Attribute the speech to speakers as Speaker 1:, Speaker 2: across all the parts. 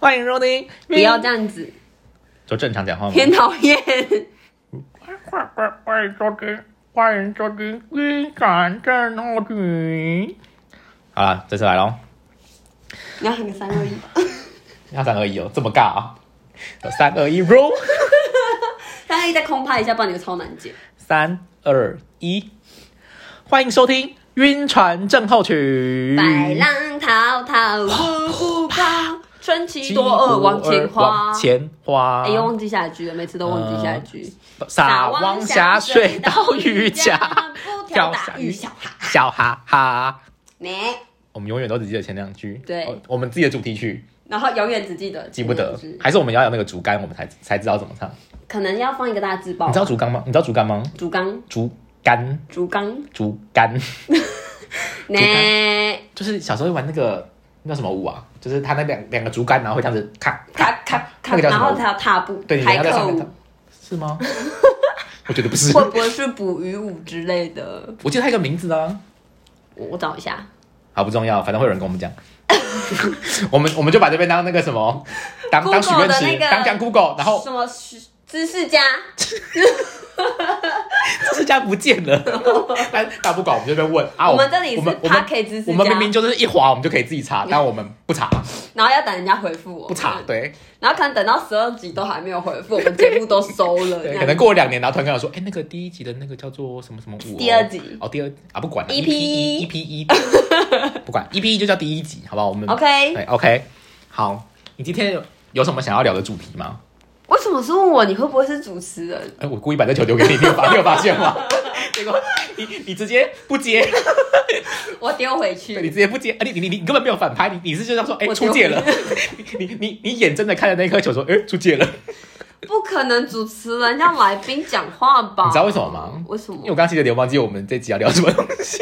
Speaker 1: 欢迎收听。
Speaker 2: 不要这样子，
Speaker 1: 就正常讲话吗？
Speaker 2: 偏讨厌。
Speaker 1: 欢欢欢迎收听，欢迎收听《军感战斗群》。好了，啊这次来喽，
Speaker 2: 你要喊个三二 一，
Speaker 1: 要三二一哦，这么尬啊！三二一，roll！
Speaker 2: 三二一再空拍一下，不然你会超难解。
Speaker 1: 三二一，欢迎收听《晕船症候群》。
Speaker 2: 百浪滔滔五不高，春
Speaker 1: 七
Speaker 2: 其多恶往前花
Speaker 1: 往。前花。
Speaker 2: 哎，又忘记下一句了，每次都忘记下一
Speaker 1: 嗯
Speaker 2: 句。
Speaker 1: 撒汪峡水到渔家，
Speaker 2: 家，不挑大鱼小孩。
Speaker 1: 笑哈哈。
Speaker 2: 没，
Speaker 1: 我们永远都只记得前两句，
Speaker 2: 对
Speaker 1: 哦我们自己的主题曲
Speaker 2: 然后永远只记得
Speaker 1: 记不得
Speaker 2: 前两，句
Speaker 1: 还是我们要有那个竹竿，我们才才知道怎么唱。
Speaker 2: 可能要放一个大字报
Speaker 1: 你知。道竹竿吗？你知道竹竿吗？
Speaker 2: 竹竿，
Speaker 1: 竹竿，
Speaker 2: 竹竿，
Speaker 1: 竹竿，
Speaker 2: 呢，
Speaker 1: 就是小时候会玩那个那叫什么舞啊？就是它那两两个竹竿，然后会这样子咔
Speaker 2: 咔咔
Speaker 1: 那
Speaker 2: 咔，
Speaker 1: 个叫
Speaker 2: 然
Speaker 1: 什么
Speaker 2: 后还有踏步，
Speaker 1: 对，你
Speaker 2: 排
Speaker 1: 要在上
Speaker 2: 课
Speaker 1: 面
Speaker 2: 舞
Speaker 1: 跳，，是吗？我觉得不 是，
Speaker 2: 会不会是捕鱼舞之类的？
Speaker 1: 我记得它有一个名字啊，
Speaker 2: 我我找一下，
Speaker 1: 好不重要，反正会有人跟我们讲。 我们我们就把这边当那个什么，当当许
Speaker 2: Google
Speaker 1: 愿
Speaker 2: 的
Speaker 1: 池，
Speaker 2: 那个
Speaker 1: 当讲 Google，然后
Speaker 2: 什么是知识家？
Speaker 1: 知识家不 见了，但大不管我们就被问啊，
Speaker 2: 我们这里是
Speaker 1: 我们我们
Speaker 2: Parquet 知识家
Speaker 1: 我们明明就是一划我们就可以自己查，但我们不查
Speaker 2: 然后要等人家回复我，
Speaker 1: 不查，，对
Speaker 2: 然后可能等到十二集都还没有回复，我们节目都收了，这
Speaker 1: 对，可能
Speaker 2: 样
Speaker 1: 过两年，然后突然跟我说，哎，那个第一集的那个叫做什么什么舞哦，
Speaker 2: 第二集 E
Speaker 1: 哦，第二啊不管了 E，
Speaker 2: EP
Speaker 1: 一 EP 一 不管 EP 一就叫第一集，好不好？我们
Speaker 2: OK，
Speaker 1: 对 OK 好，你今天有有什么想要聊的主题吗？
Speaker 2: 为什么是问我你会不会是主持人？
Speaker 1: 哎，我故意把这球丢给你，你有 发你有发现吗？结果你你直接不接，
Speaker 2: 我丢回
Speaker 1: 对你
Speaker 2: 去，
Speaker 1: 直接不接，啊你你你你根本没有反拍，你你是就像说，哎、
Speaker 2: 我
Speaker 1: 出
Speaker 2: 丢
Speaker 1: 界了， 你你你你眼睁的看着那颗球说，哎、出界了，
Speaker 2: 不可能主持人让来宾讲话吧？
Speaker 1: 你知道为什么吗
Speaker 2: 为什么
Speaker 1: 因为？我刚刚其实有点忘记我们这集要聊什么东西。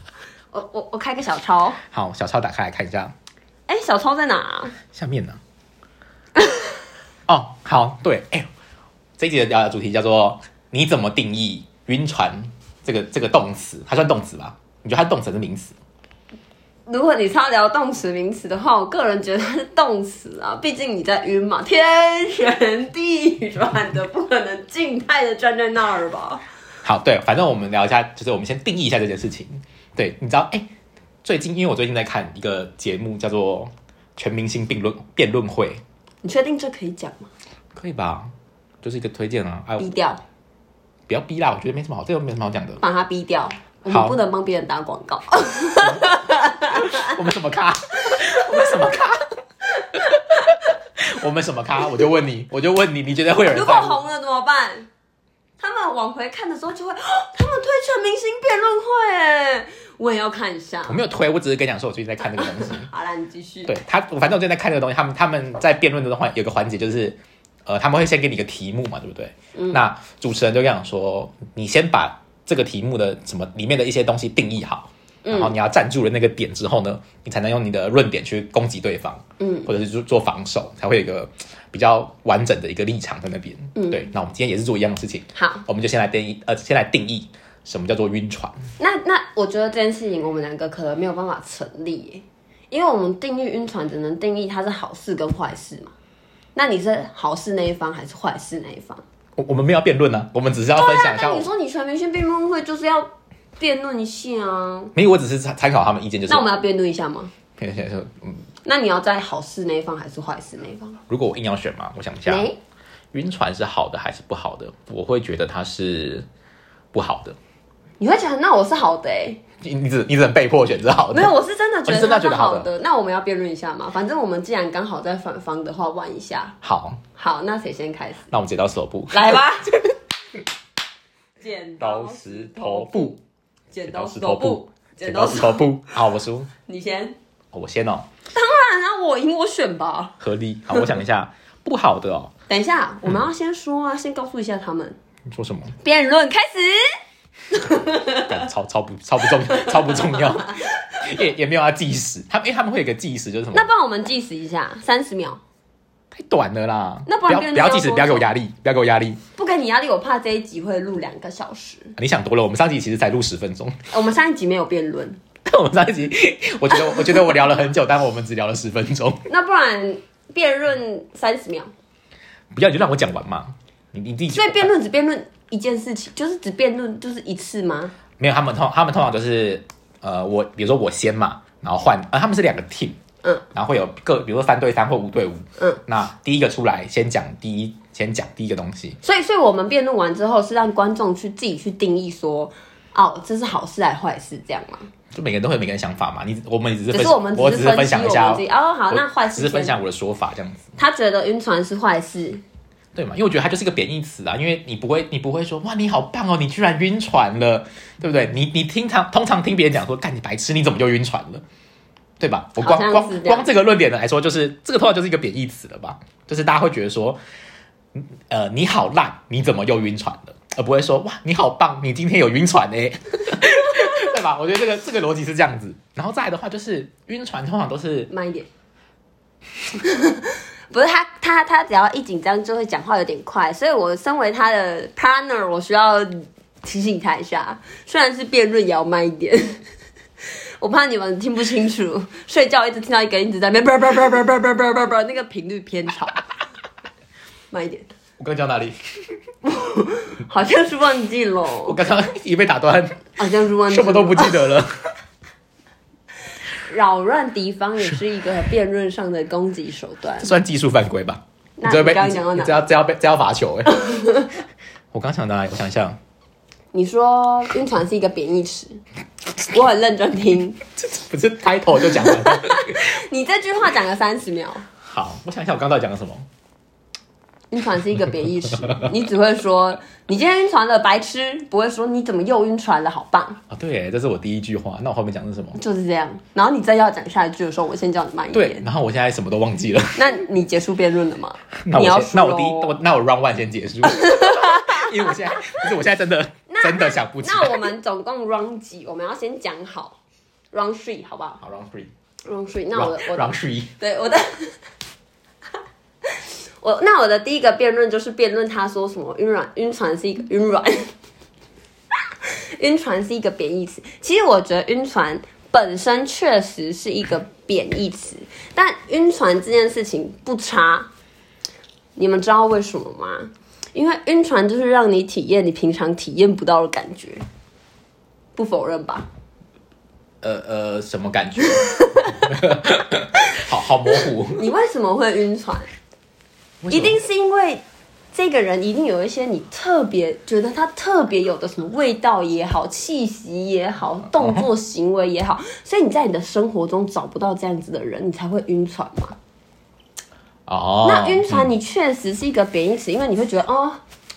Speaker 2: 我我我开个小抄，
Speaker 1: 好，小超打开来看一下，
Speaker 2: 哎，小抄在哪啊？
Speaker 1: 下面呢、哦，好，对，哎、这一集的聊的主题叫做你怎么定义晕船这个这个动词，它算动词吧？你觉得它是动词还是名词？
Speaker 2: 如果你是要聊动词名词的话，我个人觉得是动词啊， 毕竟你在晕嘛，天旋地转的，不可能静态的站在那儿吧？
Speaker 1: 好，对，反正我们聊一下，就是我们先定义一下这件事情。对，你知道，哎、最近因为我最近在看一个节目，叫做《全明星辩论辩论会》，
Speaker 2: 你确定这可以讲吗？
Speaker 1: 可以吧？就是一个推荐啊，哎，
Speaker 2: 逼掉，。
Speaker 1: 不要逼啦，我觉得没什么好，这个没什么好讲的
Speaker 2: 把它逼掉。我
Speaker 1: 好
Speaker 2: 们不能帮别人打广告。
Speaker 1: 我们什么咖？我们什么咖？我们什么咖？我就问你，我就问你，你觉得会有
Speaker 2: 哦如
Speaker 1: 人
Speaker 2: 果
Speaker 1: 在乎？
Speaker 2: 红了怎么办？他们往回看的时候就会，哦 他们推全明星辩论会，哎，我也要看一下
Speaker 1: 我。没有推，我只是跟你讲说，我最近在看这个东西。
Speaker 2: 好啦，你继续。
Speaker 1: 对他，我反正我最近在看这个东西，他们他们在辩论的环有个环节就是，呃，他们会先给你一个题目嘛，对不对？
Speaker 2: 嗯
Speaker 1: 那主持人就跟讲说，你先把这个题目的什么里面的一些东西定义好，
Speaker 2: 嗯
Speaker 1: 然后你要站住了那个点之后呢，你才能用你的论点去攻击对方，
Speaker 2: 嗯，
Speaker 1: 或者是做做防守，才会有一个比较完整的一个立场在那边。
Speaker 2: 嗯
Speaker 1: 对，那我们今天也是做一样的事情，
Speaker 2: 好，
Speaker 1: 我们就先来定义，呃，先来定义什么叫做晕船。
Speaker 2: 那那我觉得这件事情我们两个可能没有办法成立耶，因为我们定义晕船只能定义它是好事跟坏事嘛。那你是好事那一方还是坏事那一方？
Speaker 1: 我我们没有辩论啊呢，我们只是要分享一下
Speaker 2: 啊那
Speaker 1: 我
Speaker 2: 你。说你全明星辩论会就是要辩论一下啊？
Speaker 1: 没有，我只是参参考他们意见，就是
Speaker 2: 那我们要辩论一下吗？
Speaker 1: 现在说，嗯，
Speaker 2: 那你要在好事那一方还是坏事那一方？
Speaker 1: 如果我硬要选嘛，我想一下，
Speaker 2: 没，
Speaker 1: 晕船是好的还是不好的？我会觉得它是不好的。
Speaker 2: 你会觉得那我是好的哎、
Speaker 1: 你你只你只能被迫选择好的
Speaker 2: 没有，，我是真的觉
Speaker 1: 哦
Speaker 2: 得
Speaker 1: 你真的
Speaker 2: 它是
Speaker 1: 觉得好的
Speaker 2: 的。那我们要辩论一下嘛？反正我们既然刚好在反方的话，玩一下。
Speaker 1: 好，
Speaker 2: 好，那谁先开始？
Speaker 1: 那我们剪到手部，
Speaker 2: 来 吧， 剪
Speaker 1: 刀
Speaker 2: 刀
Speaker 1: 石
Speaker 2: 石
Speaker 1: 头
Speaker 2: 头
Speaker 1: 布
Speaker 2: 布，，
Speaker 1: 剪
Speaker 2: 剪
Speaker 1: 刀
Speaker 2: 刀
Speaker 1: 石
Speaker 2: 石
Speaker 1: 头
Speaker 2: 头
Speaker 1: 布
Speaker 2: 布，
Speaker 1: 剪
Speaker 2: 剪
Speaker 1: 刀
Speaker 2: 刀
Speaker 1: 石
Speaker 2: 石
Speaker 1: 头
Speaker 2: 头
Speaker 1: 布。好，我输，
Speaker 2: 你先。
Speaker 1: 我先哦，
Speaker 2: 当然啊，我赢我选吧。
Speaker 1: 合理。好，我想一下，不好的哦，
Speaker 2: 等一下，我们要先说啊，先告诉一下他们。
Speaker 1: 你说什么？
Speaker 2: 辩论开始，
Speaker 1: 干超超不超不重超不重 要，也也没有要计时。他们因为他们会有一个计时，就是什么
Speaker 2: 那？帮我们计时一下，三十秒。
Speaker 1: 太短了啦，
Speaker 2: 那不
Speaker 1: 不
Speaker 2: 然
Speaker 1: 要
Speaker 2: 变成
Speaker 1: 不要
Speaker 2: 要
Speaker 1: 计时，
Speaker 2: 多
Speaker 1: 不要给我
Speaker 2: 久
Speaker 1: 压力，不要给我压力。
Speaker 2: 不给你压力，我怕这一集会录两个小时。
Speaker 1: 你想多了，我们上集其实才录十分钟。
Speaker 2: 我们上一集没有辩论，
Speaker 1: 我们上一集，我觉得我觉得我聊了很久，但我们只聊了十分钟。
Speaker 2: 那不然辩论三十秒，
Speaker 1: 不要你就让我讲完嘛，你你自己
Speaker 2: 所以
Speaker 1: 讲
Speaker 2: 辩论只辩论一件事情，就是只辩论就是一次吗？
Speaker 1: 没有他们通他们通常就是呃我比如说我先嘛，然后换呃他们是两个 team，
Speaker 2: 嗯，
Speaker 1: 然后会有各比如说三对三或五对五，
Speaker 2: 嗯，
Speaker 1: 那第一个出来先讲第一先讲第一个东西，
Speaker 2: 所以，所以我们辩论完之后是让观众去自己去定义说，哦，这是好事还是坏事，这样吗？
Speaker 1: 就每个人都会有每个人想法嘛，你我们只
Speaker 2: 只
Speaker 1: 是分
Speaker 2: 是我们
Speaker 1: 我
Speaker 2: 只是
Speaker 1: 只是
Speaker 2: 分
Speaker 1: 分
Speaker 2: 析
Speaker 1: 享一
Speaker 2: 我
Speaker 1: 下
Speaker 2: 们自己。哦，好，
Speaker 1: 我
Speaker 2: 那坏
Speaker 1: 只
Speaker 2: 事
Speaker 1: 是
Speaker 2: 先
Speaker 1: 分享我的说法这样子，
Speaker 2: 他觉得晕船是坏事，
Speaker 1: 对嘛？因为我觉得它就是一个贬义词啊，因为你不会你不会说哇你好棒哦，你居然晕船了，对不对？你你听常通常听别人讲说干你白痴，你怎么就晕船了？对吧？我光
Speaker 2: 好像是这
Speaker 1: 光
Speaker 2: 样
Speaker 1: 光这个论点来说，就是这个通常就是一个贬义词了吧？就是大家会觉得说，嗯呃，你好烂，你怎么又晕船了？而不会说哇，你好棒，你今天有晕船呢、欸 对吧？我觉得这个这个逻辑是这样子。然后再来的话，就是晕船通常都是
Speaker 2: 慢一点。 不是他，他他只要一紧张就会讲话有点快，所以我身为他的 partner，我需要提醒他一下，虽然是辩论也要慢一点， 我怕你们听不清楚，睡觉一直听到一个人一直在那边叭叭叭叭叭叭叭叭叭，那个频率偏吵，慢一点，
Speaker 1: 我刚刚讲哪里？
Speaker 2: 好像是忘记 了，
Speaker 1: 我刚刚已被打 断，
Speaker 2: 好像是忘记
Speaker 1: 什
Speaker 2: 了，
Speaker 1: 么都不记得了。
Speaker 2: 扰乱敌方也是一个辩论上的攻击手段
Speaker 1: 这。算技术犯规吧？
Speaker 2: 那
Speaker 1: 这会被
Speaker 2: 你刚刚讲到
Speaker 1: 你
Speaker 2: 哪
Speaker 1: 这要这要被这要 罚球哎、我刚想到哪里？我想一下，
Speaker 2: 你说晕船是一个贬义词，我很认真听。
Speaker 1: 不是开头就讲完了。
Speaker 2: 你这句话讲了三十秒，
Speaker 1: 好，我想一下，我刚才讲了什么？
Speaker 2: 晕船是一个贬义词，你只会说你今天晕船了，白痴，不会说你怎么又晕船了，好棒，
Speaker 1: 啊，对耶，这是我第一句话。那我后面讲的是什么？
Speaker 2: 就是这样。然后你再要讲下一句的时候，我先叫你慢一
Speaker 1: 对，
Speaker 2: 点。
Speaker 1: 然后我现在什么都忘记了。
Speaker 2: 那你结束辩论了吗？
Speaker 1: 那
Speaker 2: 你
Speaker 1: 我
Speaker 2: 要
Speaker 1: 先，
Speaker 2: 输
Speaker 1: 那我第一，
Speaker 2: 咯
Speaker 1: 我那我 round one 先结 束，因为我现在，不是我现在真的
Speaker 2: 那
Speaker 1: 真的想不起来。
Speaker 2: 那我们总共 round 几？我们要先讲好 round three 好不好
Speaker 1: 好 round three，round
Speaker 2: ？round three，那我的我的
Speaker 1: round three，
Speaker 2: 对我的，我那我的第一个辩论就是辩论他说什么晕软晕船是一个晕软， 晕船是一个贬义词。其实我觉得晕船本身确实是一个贬义词，但晕船这件事情不差。你们知道为什么吗？因为晕船就是让你体验你平常体验不到的感觉，不否认吧？
Speaker 1: 呃呃，什么感觉？ 好好模糊。
Speaker 2: 你为什么会晕船？
Speaker 1: 为什
Speaker 2: 一
Speaker 1: 么
Speaker 2: 定是因为这个人一定有一些你特别觉得他特别有的什么味道也好、气息也好、动
Speaker 1: 哦
Speaker 2: 作行为也好，所以你在你的生活中找不到这样子的人，你才会晕船嘛。
Speaker 1: 哦。
Speaker 2: 那晕船你确实是一个贬义词，因为你会觉得哦，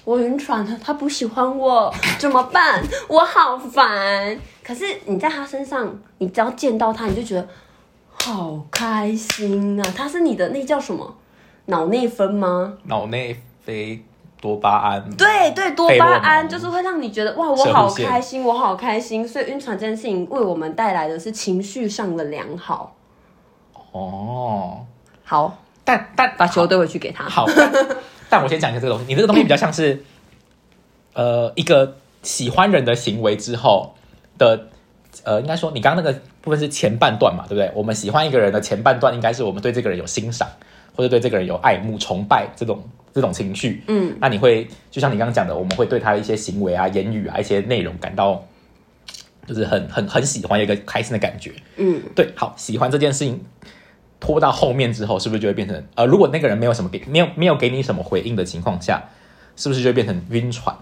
Speaker 2: 我晕船了，他不喜欢我，怎么办？我好烦。可是你在他身上，你只要见到他，你就觉得好开心啊！他是你的那叫什么脑内分吗？
Speaker 1: 脑嗯内啡多巴胺。
Speaker 2: 对对，多
Speaker 1: 费洛
Speaker 2: 巴
Speaker 1: 蒙
Speaker 2: 胺就是会让你觉得哇，我
Speaker 1: 射
Speaker 2: 好
Speaker 1: 护腺
Speaker 2: 开心，我好开心。所以晕船这件事情为我们带来的是情绪上的良好。
Speaker 1: 哦，
Speaker 2: 好，
Speaker 1: 但但
Speaker 2: 把球丢回去给他。
Speaker 1: 好， 但但我先讲一下这个东西。你这个东西比较像是，呃，一个喜欢人的行为之后的，呃，应该说你刚刚那个部分是前半段嘛，对不对？我们喜欢一个人的前半段，应该是我们对这个人有欣赏，或者对这个人有爱慕、崇拜这种这种情绪。
Speaker 2: 嗯，
Speaker 1: 那你会就像你刚刚讲的，我们会对他的一些行为啊、言语啊、一些内容感到。就是很很很喜欢，有一个开心的感觉。
Speaker 2: 嗯，
Speaker 1: 对，好，喜欢这件事情拖到后面之后，是不是就会变成呃，如果那个人没有什么给没有没有给你什么回应的情况下，是不是就会变成晕船？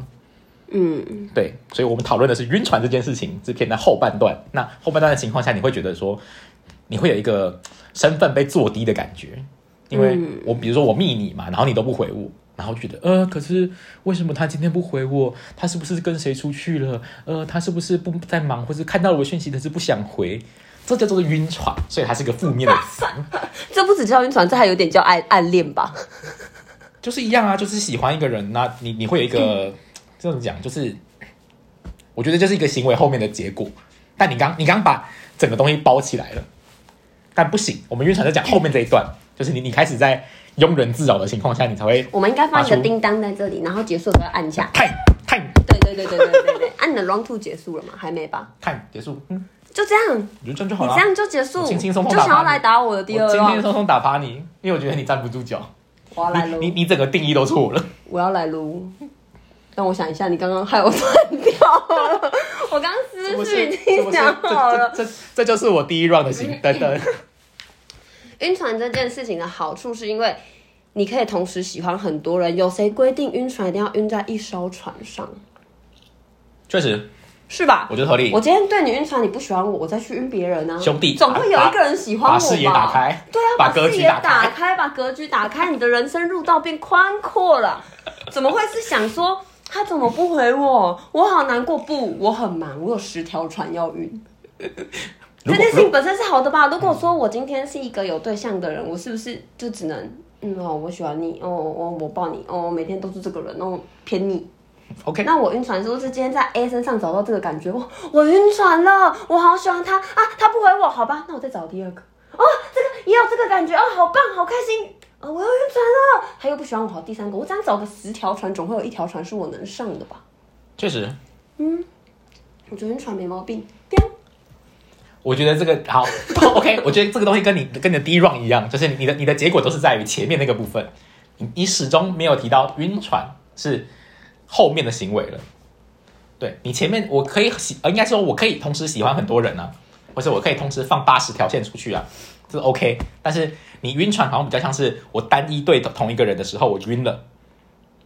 Speaker 2: 嗯，
Speaker 1: 对，所以我们讨论的是晕船这件事情，是偏在后半段。那后半段的情况下，你会觉得说，你会有一个身份被做低的感觉，因为我比如说我密你嘛，然后你都不回我，然后觉得呃，可是为什么他今天不回我？他是不是跟谁出去了？呃，他是不是不在忙，或是看到了我讯息，但是不想回？这叫做晕船，所以它是一个负面的词，
Speaker 2: 这不只叫晕船，这还有点叫暗暗恋吧？
Speaker 1: 就是一样啊，就是喜欢一个人那、你你会有一个这种讲，就是我觉得就是一个行为后面的结果。但你刚你刚把整个东西包起来了，但不行，我们晕船在讲后面这一段，就是你你开始在庸人自扰的情况下，你才会
Speaker 2: 我们应该放一
Speaker 1: 发
Speaker 2: 个
Speaker 1: 出
Speaker 2: 叮当在这里，然后结束的时候按下。
Speaker 1: 太太
Speaker 2: 对对对对对对对，按、你的 round two 结束了吗？还没吧？
Speaker 1: 太结束，嗯，
Speaker 2: 就这样，你
Speaker 1: 我觉得这样就好了
Speaker 2: 这。样就结束，
Speaker 1: 我轻轻松松
Speaker 2: 就
Speaker 1: 打趴
Speaker 2: 想要
Speaker 1: 你
Speaker 2: 来打我的第二
Speaker 1: 我今天
Speaker 2: round，
Speaker 1: 松松打趴你，因为我觉得你站不住脚，
Speaker 2: 我要来
Speaker 1: 你
Speaker 2: 撸
Speaker 1: 你，你整个定义都错了。
Speaker 2: 我要来撸。让我想一下，你刚刚害我断掉了，我刚思绪已
Speaker 1: 是嗯
Speaker 2: 经
Speaker 1: 不是
Speaker 2: 想好了。
Speaker 1: 这这这这就是我第一 round 的行等等。
Speaker 2: 晕船这件事情的好处是因为你可以同时喜欢很多人，有谁规定晕船一定要晕在一艘船上？
Speaker 1: 确实，
Speaker 2: 是吧？
Speaker 1: 我觉得合理
Speaker 2: 我。今天对你晕船，你不喜欢我，我再去晕别人啊。
Speaker 1: 兄弟
Speaker 2: 总会有一个人喜欢我吧？
Speaker 1: 把把视野打开
Speaker 2: 对啊，
Speaker 1: 把
Speaker 2: 把
Speaker 1: 格
Speaker 2: 视
Speaker 1: 局
Speaker 2: 野
Speaker 1: 打开
Speaker 2: 打开，把格局打开，你的人生入道变宽阔了。 怎么会是想说他怎么不回我？我好难过，不，我很忙，我有十条船要晕。这
Speaker 1: 如果
Speaker 2: 件事
Speaker 1: 如
Speaker 2: 情本身是好的吧？如果说我今天是一个有对象的人，我是不是就只能嗯哦，我喜欢你哦，哦我抱你哦，每天都是这个人哦，偏你。
Speaker 1: OK，
Speaker 2: 那我晕船是不是今天在 A 身上找到这个感觉？我我晕船了，我好喜欢他啊！他不回我，好吧，那我再找第二个。哦，这个也有这个感觉哦，好棒，好开心。呃，我又晕船了，他又不喜欢我，好，第三个，我这样找个十条船，总会有一条船是我能上的吧？
Speaker 1: 确实，
Speaker 2: 我觉得晕船没毛病。彪
Speaker 1: 我觉得这个好 OK。我觉得这个东西跟你跟你的第一 round 一样，就是你的你的结果都是在于前面那个部分，你你始终没有提到晕船是后面的行为了。对你前面我可以喜，呃，应该说我可以同时喜欢很多人啊，或者我可以同时放八十条线出去啊，这是 OK。但是你晕船好像比较像是我单一对同一个人的时候我晕了，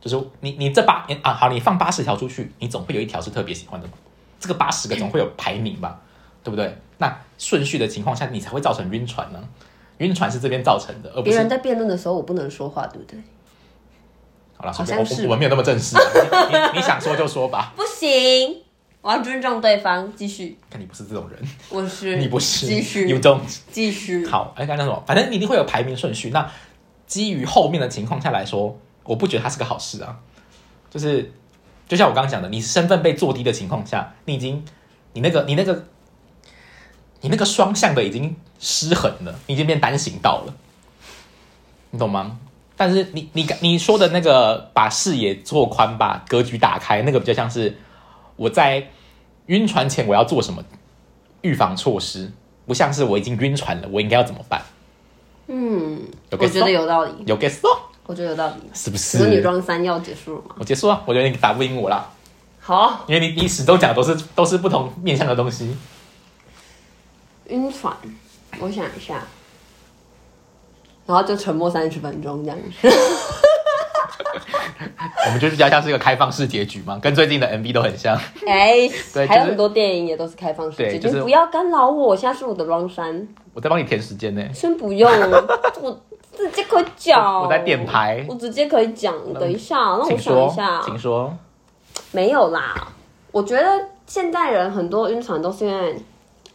Speaker 1: 就是你你这八啊好，你放八十条出去，你总会有一条是特别喜欢的吧，这个八十个总会有排名吧，对不对？那顺序的情况下，你才会造成晕船呢、晕船是这边造成的，而不
Speaker 2: 别
Speaker 1: 是
Speaker 2: 人在辩论的时候，我不能说话，对不对？
Speaker 1: 好了，
Speaker 2: 好
Speaker 1: 随
Speaker 2: 像
Speaker 1: 便我我
Speaker 2: 是
Speaker 1: 我们没有那么正式啊、你你你想说就说吧。
Speaker 2: 不行，我要尊重对方。继续，
Speaker 1: 但你不是这种人，
Speaker 2: 我是
Speaker 1: 你不是
Speaker 2: 继
Speaker 1: ，you
Speaker 2: 续，
Speaker 1: don't。
Speaker 2: 继续。
Speaker 1: 好，哎，刚刚什么？反正你一定会有排名顺序。那基于后面的情况下来说，我不觉得它是个好事啊。就是就像我刚刚讲的，你身份被做低的情况下，你已经你那个你那个你那个双向的已经失衡了，你已经变单行道了，你懂吗？但是你你你说的那个把视野做宽，把格局打开，那个比较像是我在晕船前我要做什么预防措施，不像是我已经晕船了，我应该要怎么办？
Speaker 2: 嗯，
Speaker 1: 有
Speaker 2: 我
Speaker 1: get
Speaker 2: 觉得
Speaker 1: 到
Speaker 2: 有道理，
Speaker 1: 有 get 到
Speaker 2: 我觉得有道理。
Speaker 1: 是不
Speaker 2: 请问女
Speaker 1: 是？
Speaker 2: 装三要结束了吗？
Speaker 1: 我结束了，我觉得你打不赢我啦，
Speaker 2: 好。
Speaker 1: 因为你你始终讲的都是都是不同面向的东西。
Speaker 2: 晕船，我想一下，然后就沉默三十分钟这样 子。
Speaker 1: 我们就比较像是一个开放式结局嘛，跟最近的 MV 都很像。
Speaker 2: 哎、
Speaker 1: 对
Speaker 2: 还有
Speaker 1: 就是
Speaker 2: 很多电影也都是开放式
Speaker 1: 对
Speaker 2: 结局，
Speaker 1: 就是
Speaker 2: 你不要干扰我，现在是我的 round 三，
Speaker 1: 我在帮你填时间呢，
Speaker 2: 先不 用，我直接可以讲。
Speaker 1: 我在电台
Speaker 2: 我直接可以讲。等一下，让我
Speaker 1: 请
Speaker 2: 想一
Speaker 1: 说
Speaker 2: 下，，
Speaker 1: 请说。
Speaker 2: 没有啦。我觉得现代人很多晕船都是因为。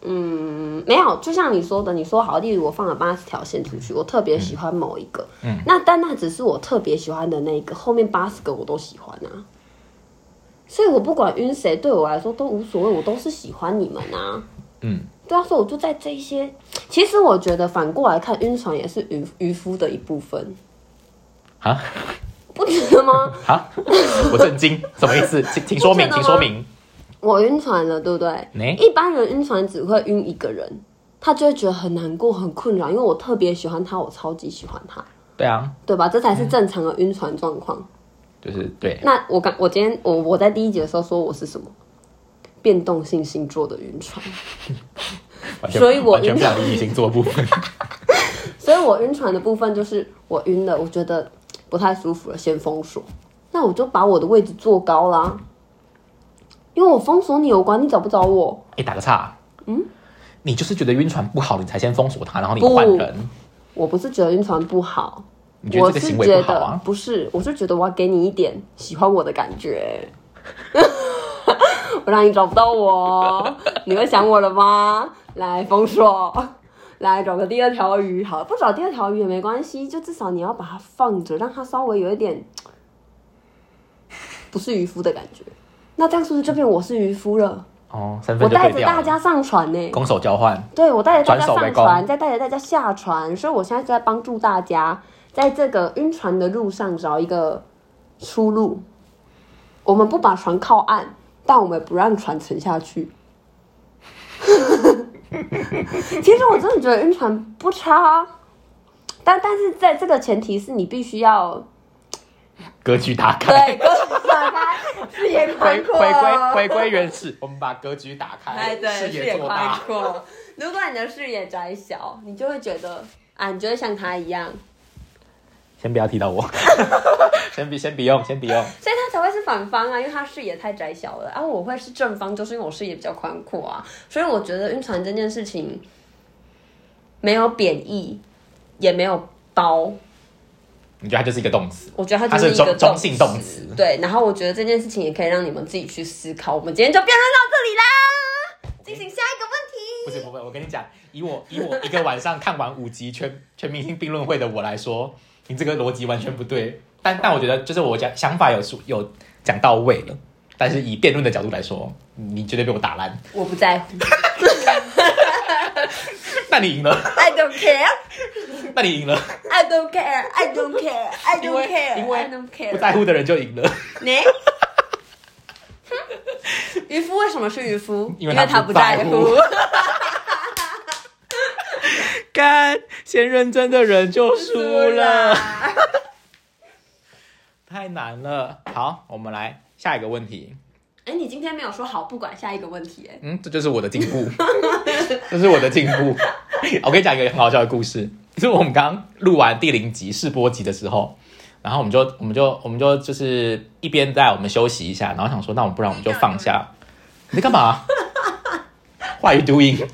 Speaker 2: 嗯，没有，就像你说的，你说好，例如我放了八十条线出去，我特别喜欢某一个，
Speaker 1: 嗯
Speaker 2: 那但那只是我特别喜欢的那一个，后面八十个我都喜欢啊，所以我不管晕谁，对我来说都无所谓，我都是喜欢你们啊，
Speaker 1: 嗯，
Speaker 2: 对啊，所以我就在这一些，其实我觉得反过来看，晕船也是渔渔夫的一部分，
Speaker 1: 啊
Speaker 2: 不觉得吗？
Speaker 1: 啊！ 我震惊，什么意 思？请请说明，
Speaker 2: 不觉得吗
Speaker 1: 请说明。
Speaker 2: 我晕船了，对不对？
Speaker 1: 欸
Speaker 2: 一般人晕船只会晕一个人，他就会觉得很难过、很困扰，因为我特别喜欢他，我超级喜欢他，
Speaker 1: 对啊，
Speaker 2: 对吧？这才是正常的晕船状况。
Speaker 1: 就是对，
Speaker 2: 那我刚，我今天我我在第一节的时候说我是什么？变动性星座的晕船，
Speaker 1: 完全
Speaker 2: 所以我
Speaker 1: 完全不想理你星座 部分。
Speaker 2: 所以我晕船的部分就是我晕了，我觉得不太舒服了，先封锁。那我就把我的位置做高啦，因为我封锁你，我管你找不找我。
Speaker 1: 哎、打个岔，嗯，你就是觉得晕船不好，你才先封锁他，然后你
Speaker 2: 不
Speaker 1: 换人，
Speaker 2: 我不是觉得晕船不好，
Speaker 1: 你觉得
Speaker 2: 我
Speaker 1: 这个
Speaker 2: 是
Speaker 1: 行
Speaker 2: 觉
Speaker 1: 为不
Speaker 2: 得
Speaker 1: 好啊？
Speaker 2: 不是，我是觉得我要给你一点喜欢我的感觉， 我让你找不到 我，你会想我了吗？来封锁，来找个第二条鱼，好，不找第二条鱼也没关系，就至少你要把它放着，让它稍微有一点不是渔夫的感觉。那这样是不是就变我是渔夫了？
Speaker 1: 哦，身
Speaker 2: 我
Speaker 1: 份就
Speaker 2: 带
Speaker 1: 对
Speaker 2: 着
Speaker 1: 掉
Speaker 2: 大
Speaker 1: 了。
Speaker 2: 家上船呢、
Speaker 1: 攻守交换，
Speaker 2: 对，我带着大家
Speaker 1: 转手为
Speaker 2: 上
Speaker 1: 攻
Speaker 2: 船，再带着大家下船，所以我现在是在帮助大家在这个晕船的路上找一个出路。我们不把船靠岸，但我们也不让船沉下去。 其实我真的觉得晕船不差啊、但但是在这个前提是你必须要
Speaker 1: 格局打开，
Speaker 2: 对，跟打开视野
Speaker 1: 回
Speaker 2: 宽阔，
Speaker 1: 回归回归原始，我们把格局打
Speaker 2: 哎，
Speaker 1: 开，
Speaker 2: 对，
Speaker 1: 视
Speaker 2: 视
Speaker 1: 野
Speaker 2: 野
Speaker 1: 做
Speaker 2: 宽
Speaker 1: 大。
Speaker 2: 阔。如果你嗯的视野窄小，你就会觉得啊，你就会像他一样，
Speaker 1: 先不要提 到我，先不先不用，先不用。
Speaker 2: 所以他才会是反方啊，因为他视野太窄小了。啊，我会是正方，就是因为我视野比较宽阔啊。所以我觉得晕船这件事情没有贬义，也没有褒，
Speaker 1: 你觉得它就是一个动词？
Speaker 2: 我觉得它
Speaker 1: 它
Speaker 2: 就是一个
Speaker 1: 中中性动
Speaker 2: 词
Speaker 1: 词。
Speaker 2: 对，然后我觉得这件事情也可以让你们自己去思考。我们今天就辩论到这里啦，进行下一个
Speaker 1: 不
Speaker 2: 问
Speaker 1: 是不是，我跟你讲，以我以我一个晚上看完五集全全明星辩论会的我来说，你这个逻辑完全不对。但但我觉得就是我讲想法有出有讲到位了，但是以辩论的角度来说，你绝对被我打烂。
Speaker 2: 题，我不在乎
Speaker 1: 那你赢了，
Speaker 2: ，I don't care。
Speaker 1: 那你赢了，
Speaker 2: I don't care, I don't care, I
Speaker 1: 因
Speaker 2: don't
Speaker 1: 为
Speaker 2: care,
Speaker 1: 因为
Speaker 2: I don't care。
Speaker 1: 不在乎的人就赢了，
Speaker 2: 你。哼 渔夫为什么是渔夫？
Speaker 1: 因
Speaker 2: 因
Speaker 1: 为他
Speaker 2: 他
Speaker 1: 不
Speaker 2: 在
Speaker 1: 在乎干先认真的人就输了，
Speaker 2: 哎
Speaker 1: 太难了。好，我们来下一个问题。
Speaker 2: 哎，你今天没有说好，不管下一个问题，哎，
Speaker 1: 嗯，这就是我的进步， 这是我的进步。我跟你讲一个很好笑的故事，就是我们刚录完第零集试播集的时候，然后我们就我们就我们就就是一边在我们休息一下，然后想说，那我们不然我们就放下。你在干嘛？What are you doing？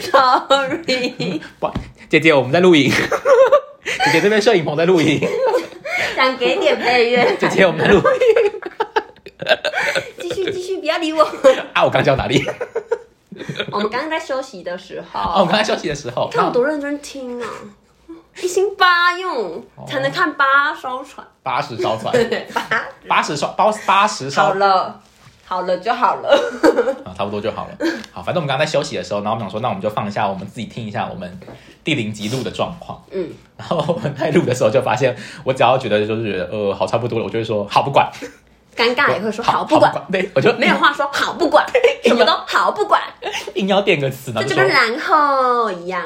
Speaker 2: sorry，
Speaker 1: 不，姐姐，我们在录影。姐姐这边摄影棚在录影，
Speaker 2: 想给点配乐，
Speaker 1: 姐姐我们在录影
Speaker 2: 继续继续，不要理我。
Speaker 1: 啊！我刚讲到哪里？
Speaker 2: 我们刚刚在休息的时
Speaker 1: 哦，我
Speaker 2: 候
Speaker 1: 们，刚才休息的时候，
Speaker 2: 看我多认真听啊，一心八用
Speaker 1: 哦
Speaker 2: 才能看八艘船，
Speaker 1: 八十烧船，
Speaker 2: 对，八
Speaker 1: 八十烧八八十烧
Speaker 2: 好了，好了就好了。
Speaker 1: 啊，差不多就好了。好，反正我们刚刚在休息的哦时候，然后我们想说，那我们就放下，我们自己听一下我们第零集录的状况。
Speaker 2: 嗯，
Speaker 1: 然后我们在录的时候就发现，我只要觉得就是觉得呃好差不多了，我就会说好不管，
Speaker 2: 尴尬也会说好
Speaker 1: 好
Speaker 2: 不管，
Speaker 1: 对我就
Speaker 2: 没有话说好不 管，什么都好不管，
Speaker 1: 硬要变个词，然
Speaker 2: 这就
Speaker 1: 后就啊说
Speaker 2: 跟然后一样。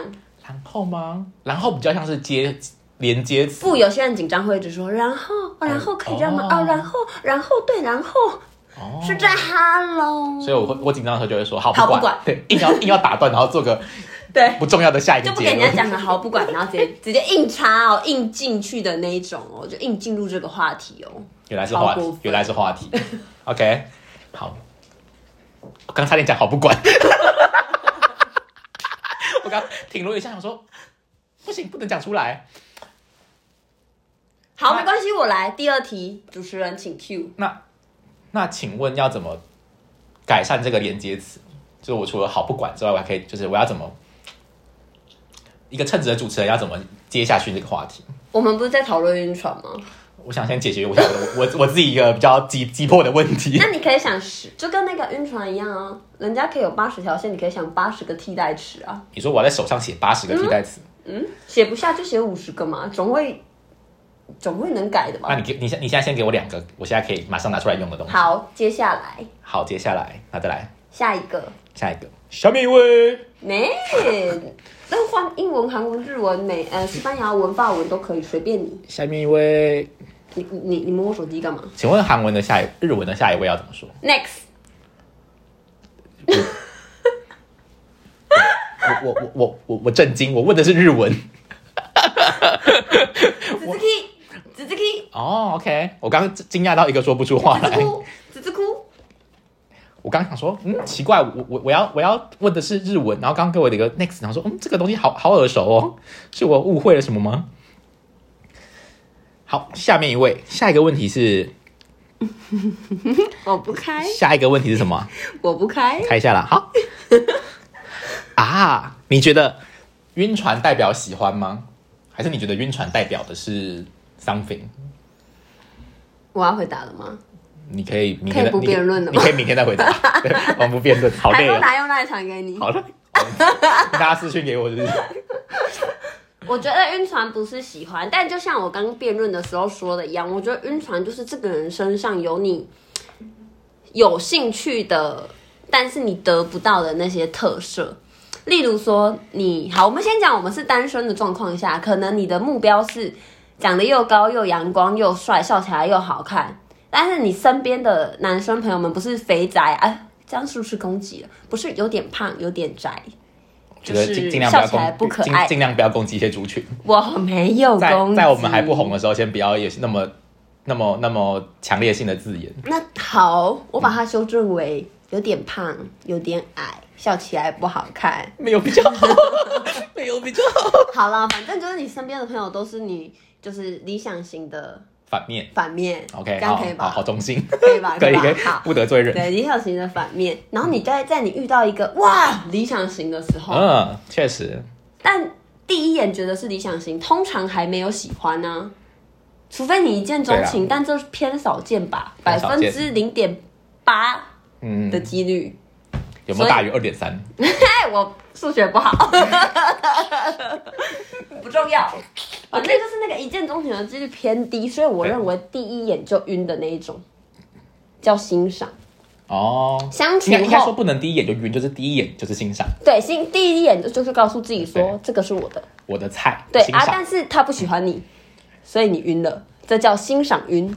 Speaker 1: 然后吗？然后比较像是接连接词，
Speaker 2: 不，有些人紧张会一直说然后，哦然后可以这样吗？
Speaker 1: 哦
Speaker 2: 哦，然后，然后对，然后
Speaker 1: 哦，
Speaker 2: 是在 hello，
Speaker 1: 所以我会我紧张的时候就会说好
Speaker 2: 好
Speaker 1: 管，
Speaker 2: 不管
Speaker 1: 对，硬要硬要打断，然后做个
Speaker 2: 对，
Speaker 1: 不重要的下一个
Speaker 2: 就不
Speaker 1: 结
Speaker 2: 给人家讲
Speaker 1: 论。
Speaker 2: 了好不管，然后直 接直接硬插哦，硬进去的那一种哦，就硬进入这个话题哦。
Speaker 1: 原来是
Speaker 2: 超
Speaker 1: 话
Speaker 2: 过
Speaker 1: 题
Speaker 2: 分，
Speaker 1: 原来是话 题。OK，好，我刚差点讲好不管， 我刚停了一下，想说不行，不能讲出来。
Speaker 2: 好，
Speaker 1: 那
Speaker 2: 没关系，我来第二题，主持人请 Q。
Speaker 1: 那那请问要怎么改善这个连接词？就是我除了好不管之外，我还可以，就是我要怎么一个称职的主持人要怎么接下去这个话题？
Speaker 2: 我们不是在讨论晕船 吗？
Speaker 1: 我想先解决一下我我我自己一个比较急急迫的问 题
Speaker 2: 那。你可以想十，就跟那个晕船一样啊，人家可以有八十条线，你可以想八十个替代词啊。
Speaker 1: 你说我要在手上写八十个替代词，
Speaker 2: 嗯写不下就写五十个嘛，总会总会能改的
Speaker 1: 那
Speaker 2: 吧。
Speaker 1: 你给你现你现在先给我两个，我现在可以马上拿出来用的东西。
Speaker 2: 好，接下来
Speaker 1: 好，接下来，那再来
Speaker 2: 下一个，
Speaker 1: 下一个，小米味。
Speaker 2: 没，那换英文、韩文、日文、美呃西班牙文、法文都可以，随便你。
Speaker 1: 下面一位，
Speaker 2: 你你你你摸我手机干嘛
Speaker 1: 请问韩文的下一日文的下一位要怎么说？
Speaker 2: ？Next，
Speaker 1: 我我我我我我震惊，我问的是日文。
Speaker 2: 子子 k 子子 k
Speaker 1: 哦，OK，我刚刚惊讶到一个说不出话
Speaker 2: 子子
Speaker 1: 来。
Speaker 2: 哭，子子哭。
Speaker 1: 我刚想说，嗯，奇怪，我我我要我要问的是日文，然后刚刚给我的一个 next，然后说，嗯，这个东西好好耳熟哦，是我误会了什么吗？好，下面一位，下一个问题是，
Speaker 2: 我不开，
Speaker 1: 下一个问题是什么啊？
Speaker 2: 我不开。
Speaker 1: 开一下啦， 好。啊，你觉得晕船代表喜欢吗？还是你觉得晕船代表的是 something？
Speaker 2: 我要回答了吗？
Speaker 1: 你可以明天再
Speaker 2: 可以不辩论
Speaker 1: 你
Speaker 2: 了
Speaker 1: 可
Speaker 2: 吗
Speaker 1: 以你可以明天再 回答，对我们不辩论，好
Speaker 2: 还
Speaker 1: 累
Speaker 2: 用
Speaker 1: 哦，
Speaker 2: 拿用赖传给你。
Speaker 1: 好 累。大家私讯给我，就是
Speaker 2: 我觉得晕船不是喜欢，但就像我刚刚辩论的时候说的一样，我觉得晕船就是这个人身上有你有兴趣的但是你得不到的那些特色。例如说你，好，我们先讲我们是单身的状况下，可能你的目标是长得又高又阳光又帅，笑起来又好看，但是你身边的男生朋友们不是肥宅，哎，这样是不是攻击了？不是有点胖，有点宅，
Speaker 1: 觉得
Speaker 2: 就
Speaker 1: 尽
Speaker 2: 是
Speaker 1: 尽量不要
Speaker 2: 笑起来不
Speaker 1: 攻，
Speaker 2: 可
Speaker 1: 尽
Speaker 2: 爱
Speaker 1: 尽量不要攻击一些族群。
Speaker 2: 我没有
Speaker 1: 在
Speaker 2: 攻击。
Speaker 1: 在我们还不红的时候，先不要有那么那么那么强烈性的字眼。
Speaker 2: 那好，我把它修正为有点胖，有点矮，笑起来不好看。
Speaker 1: 没有比较好， 没有比较好。
Speaker 2: 好了，反正就是你身边的朋友都是你就是理想型的
Speaker 1: 反面
Speaker 2: 反面
Speaker 1: ，OK，
Speaker 2: 这样
Speaker 1: 好
Speaker 2: 可以
Speaker 1: 好
Speaker 2: 吧？
Speaker 1: 好中性，
Speaker 2: 可以吧？
Speaker 1: 可以
Speaker 2: 吧
Speaker 1: 可以
Speaker 2: 好，，
Speaker 1: 不得罪人。
Speaker 2: 对，理想型的反面。然后你在在你遇到一个哇理想型的时候，
Speaker 1: 嗯，确实，
Speaker 2: 但第一眼觉得是理想型，通常还没有喜欢呢、除非你一见钟情，但这偏少见吧，百
Speaker 1: 啊偏少
Speaker 2: 分
Speaker 1: 见
Speaker 2: 之零点八
Speaker 1: 嗯
Speaker 2: 的，几率。
Speaker 1: 有没
Speaker 2: 所以
Speaker 1: 有大于二点三？
Speaker 2: 哎，我数学不好， 不重要。反正就是那个一见钟情的几率偏低，所以我
Speaker 1: 对
Speaker 2: 认为第一眼就晕的那一种叫欣赏。
Speaker 1: 哦，
Speaker 2: 相处
Speaker 1: 应该应该说
Speaker 2: 后，
Speaker 1: 不能第一眼就晕，就是第一眼就是欣赏
Speaker 2: 对，欣第一眼就就是告诉自己说
Speaker 1: 对
Speaker 2: 这个是我的，
Speaker 1: 我的菜，
Speaker 2: 对
Speaker 1: 欣
Speaker 2: 啊，
Speaker 1: 赏
Speaker 2: 但是他不喜欢你，所以你晕了，这叫欣赏晕。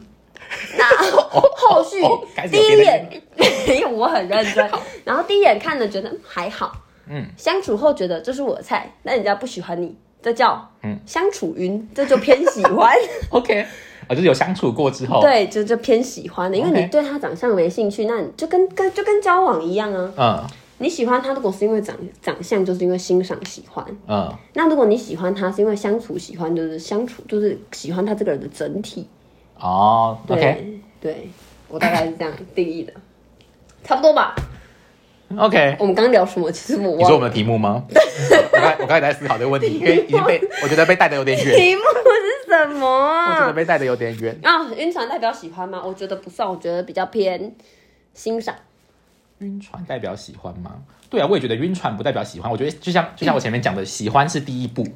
Speaker 2: 那后续
Speaker 1: 哦开始
Speaker 2: 第
Speaker 1: 有
Speaker 2: 一
Speaker 1: 别的
Speaker 2: 眼， 因为我很认真，然后第一眼看了觉得嗯还好，
Speaker 1: 嗯，
Speaker 2: 相处后觉得这是我的菜，但人家不喜欢你，这叫
Speaker 1: 嗯
Speaker 2: 相处晕，这就偏喜 欢，
Speaker 1: OK，啊，就是有相处过之 后，
Speaker 2: 对，就就偏喜欢的，因为
Speaker 1: OK
Speaker 2: 你对他长相没兴趣，那你就跟跟就跟交往一样啊，
Speaker 1: 嗯
Speaker 2: 你喜欢他如果是因为长长相，就是因为欣赏喜欢，
Speaker 1: 嗯，
Speaker 2: 那如果你喜欢他，是因为相处喜欢，就是相处就是喜欢他这个人的整体。
Speaker 1: 哦
Speaker 2: 对
Speaker 1: ，OK
Speaker 2: 对，我大概是这样定义的，差不多吧。
Speaker 1: OK，
Speaker 2: 我们刚聊什么？其实我
Speaker 1: 你说
Speaker 2: 忘了。
Speaker 1: 我们的题目 吗？我刚才我刚才在思考这个问题，因为已经被我觉得被带的有点 远，
Speaker 2: 题目是什么
Speaker 1: 我觉得
Speaker 2: 啊？
Speaker 1: 被带的有点远。
Speaker 2: 啊，晕船代表喜欢吗？我觉得不算，我觉得比较偏欣赏。
Speaker 1: 晕船代表喜欢吗？对啊，我也觉得晕船不代表喜欢。我觉得就像就像我前面讲的，喜欢是第一步，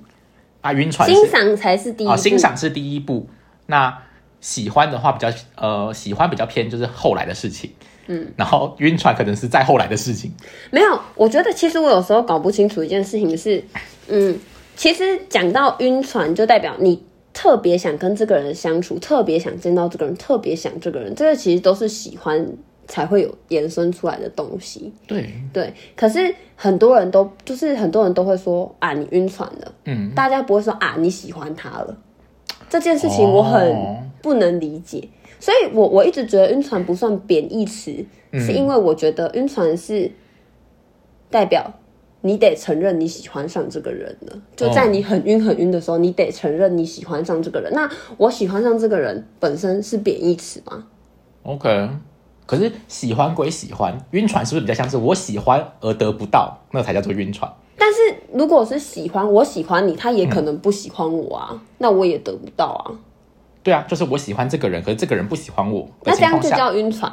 Speaker 1: 啊，晕船是
Speaker 2: 欣赏才是第一步。
Speaker 1: 啊，欣赏是第一步。那喜欢的话比较呃，喜欢比较偏就是后来的事情，嗯，然后晕船可能是在后来的事情，
Speaker 2: 没有，我觉得其实我有时候搞不清楚一件事情是，嗯，其实讲到晕船，就代表你特别想跟这个人相处，特别想见到这个人，特别想这个人，这个其实都是喜欢才会有延伸出来的东西。
Speaker 1: 对，
Speaker 2: 对，可是很多人都就是很多人都会说啊，你晕船了，
Speaker 1: 嗯，
Speaker 2: 大家不会说啊，你喜欢他了。这件事情我很
Speaker 1: 哦
Speaker 2: 不能理解，所以我我一直觉得晕船不算贬义词，是因为我觉得晕船是代表你得承认你喜欢上这个人了，就在你很晕很晕的时候，你得承认你喜欢上这个人。那我喜欢上这个人本身是贬义词吗？
Speaker 1: OK，可是喜欢归喜欢，晕船是不是比较像是我喜欢而得不到，那才叫做晕船？
Speaker 2: 但是如果是喜欢，我喜欢你，他也可能不喜欢我
Speaker 1: 嗯
Speaker 2: 啊，那我也得不到啊，
Speaker 1: 对啊，就是我喜欢这个人，可是这个人不喜欢我的
Speaker 2: 那这
Speaker 1: 情
Speaker 2: 样
Speaker 1: 况
Speaker 2: 就
Speaker 1: 下，
Speaker 2: 叫晕船。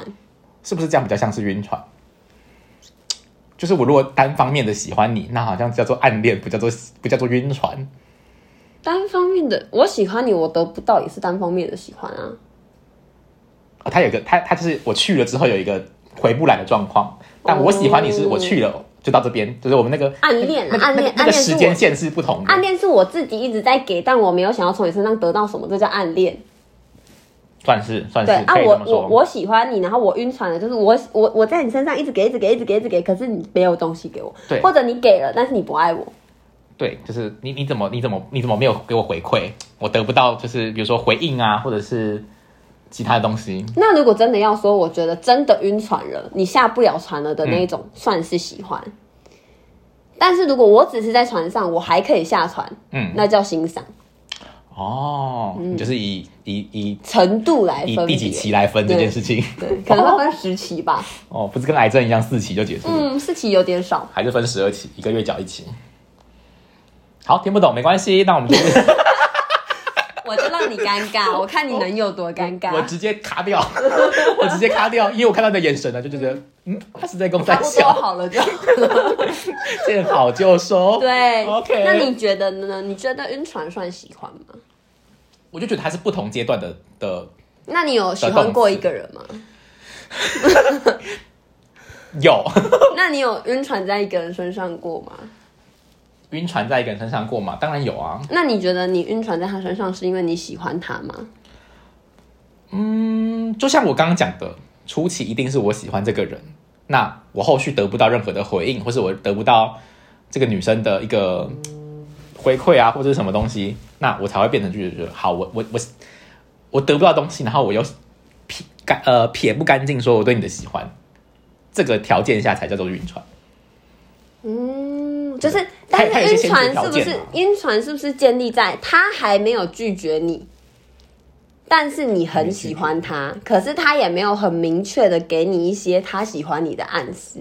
Speaker 1: 是不是这样比较像是晕船？就是我如果单方面的喜欢你，那好像叫做暗恋，不叫做不叫做晕船。
Speaker 2: 单方面的，我喜欢你，我得不到也是单方面的喜欢啊。
Speaker 1: 哦、他有一个他他就是我去了之后有一个回不来的状况，但我喜欢你是我去了就到这边，就是我们那个
Speaker 2: 暗恋啊
Speaker 1: 那个
Speaker 2: 哦暗恋
Speaker 1: 那个那
Speaker 2: 暗恋
Speaker 1: 个
Speaker 2: 是
Speaker 1: 时
Speaker 2: 我
Speaker 1: 间线是不同的
Speaker 2: 暗，恋是我自己一直在给，但我没有想要从你身上得到什么，这叫暗恋。
Speaker 1: 算是算是
Speaker 2: 对啊
Speaker 1: 可，以这
Speaker 2: 我
Speaker 1: 么
Speaker 2: 我
Speaker 1: 说。
Speaker 2: 我喜欢你，然后我晕船了，就是我我我在你身上一直给，一直给，一直给，一直给，可是你没有东西给我，
Speaker 1: 对
Speaker 2: 或者你给了，但是你不爱我，
Speaker 1: 对，就是你你怎么你怎么你怎么没有给我回馈？我得不到就是比如说回应啊，或者是其他的东西。
Speaker 2: 那如果真的要说，我觉得真的晕船了，你下不了船了的那一种，
Speaker 1: 嗯
Speaker 2: 算是喜欢。但是如果我只是在船上，我还可以下船，
Speaker 1: 嗯，
Speaker 2: 那叫欣赏。
Speaker 1: 哦，你就是以以以
Speaker 2: 程度嗯来
Speaker 1: 以
Speaker 2: 分
Speaker 1: 第
Speaker 2: 别，
Speaker 1: 几期来分这件事情。
Speaker 2: 对，可能会分十期吧。
Speaker 1: 哦，不是跟癌症一样哦四期就结束了，
Speaker 2: 嗯，四期有点少。
Speaker 1: 还是分十二期，一个月缴一期。好，听不懂没关系，那我们就是
Speaker 2: 我就让你尴 尬，我看你能有多尴 尬。
Speaker 1: 我直接卡掉， 我直接卡掉，因为我看到你的眼神呢，就觉得嗯，他是在跟我
Speaker 2: 差
Speaker 1: 在
Speaker 2: 不多
Speaker 1: 笑，
Speaker 2: 好了就 好了。
Speaker 1: 见好就收。
Speaker 2: 对
Speaker 1: OK
Speaker 2: 那你觉得呢？你觉得晕船算喜欢吗？
Speaker 1: 我就觉得他是不同阶段的的
Speaker 2: 那你有喜欢过一个人吗？
Speaker 1: 有
Speaker 2: 那你有晕船在一个人身上过吗？
Speaker 1: 晕船在一个人身上过吗？当然有啊。
Speaker 2: 那你觉得你晕船在他身上是因为你喜欢他吗？
Speaker 1: 嗯，就像我刚刚讲的，初期一定是我喜欢这个人，那我后续得不到任何的回应，或是我得不到这个女生的一个回馈啊，或者是什么东西，那我才会变成就是觉得好，我我我我得不到东西，然后我又撇干呃撇不干净，说我对你的喜欢，这个条件下才叫做晕船。
Speaker 2: 嗯，就是，
Speaker 1: 它
Speaker 2: 但
Speaker 1: 它有一
Speaker 2: 是
Speaker 1: 些
Speaker 2: 晕船是不
Speaker 1: 先决条件啊
Speaker 2: 是
Speaker 1: 嘛
Speaker 2: 晕船是不是建立在他还没有拒绝你，但是你很喜欢他，可是他也没有很明确的给你一些他喜欢你的暗示。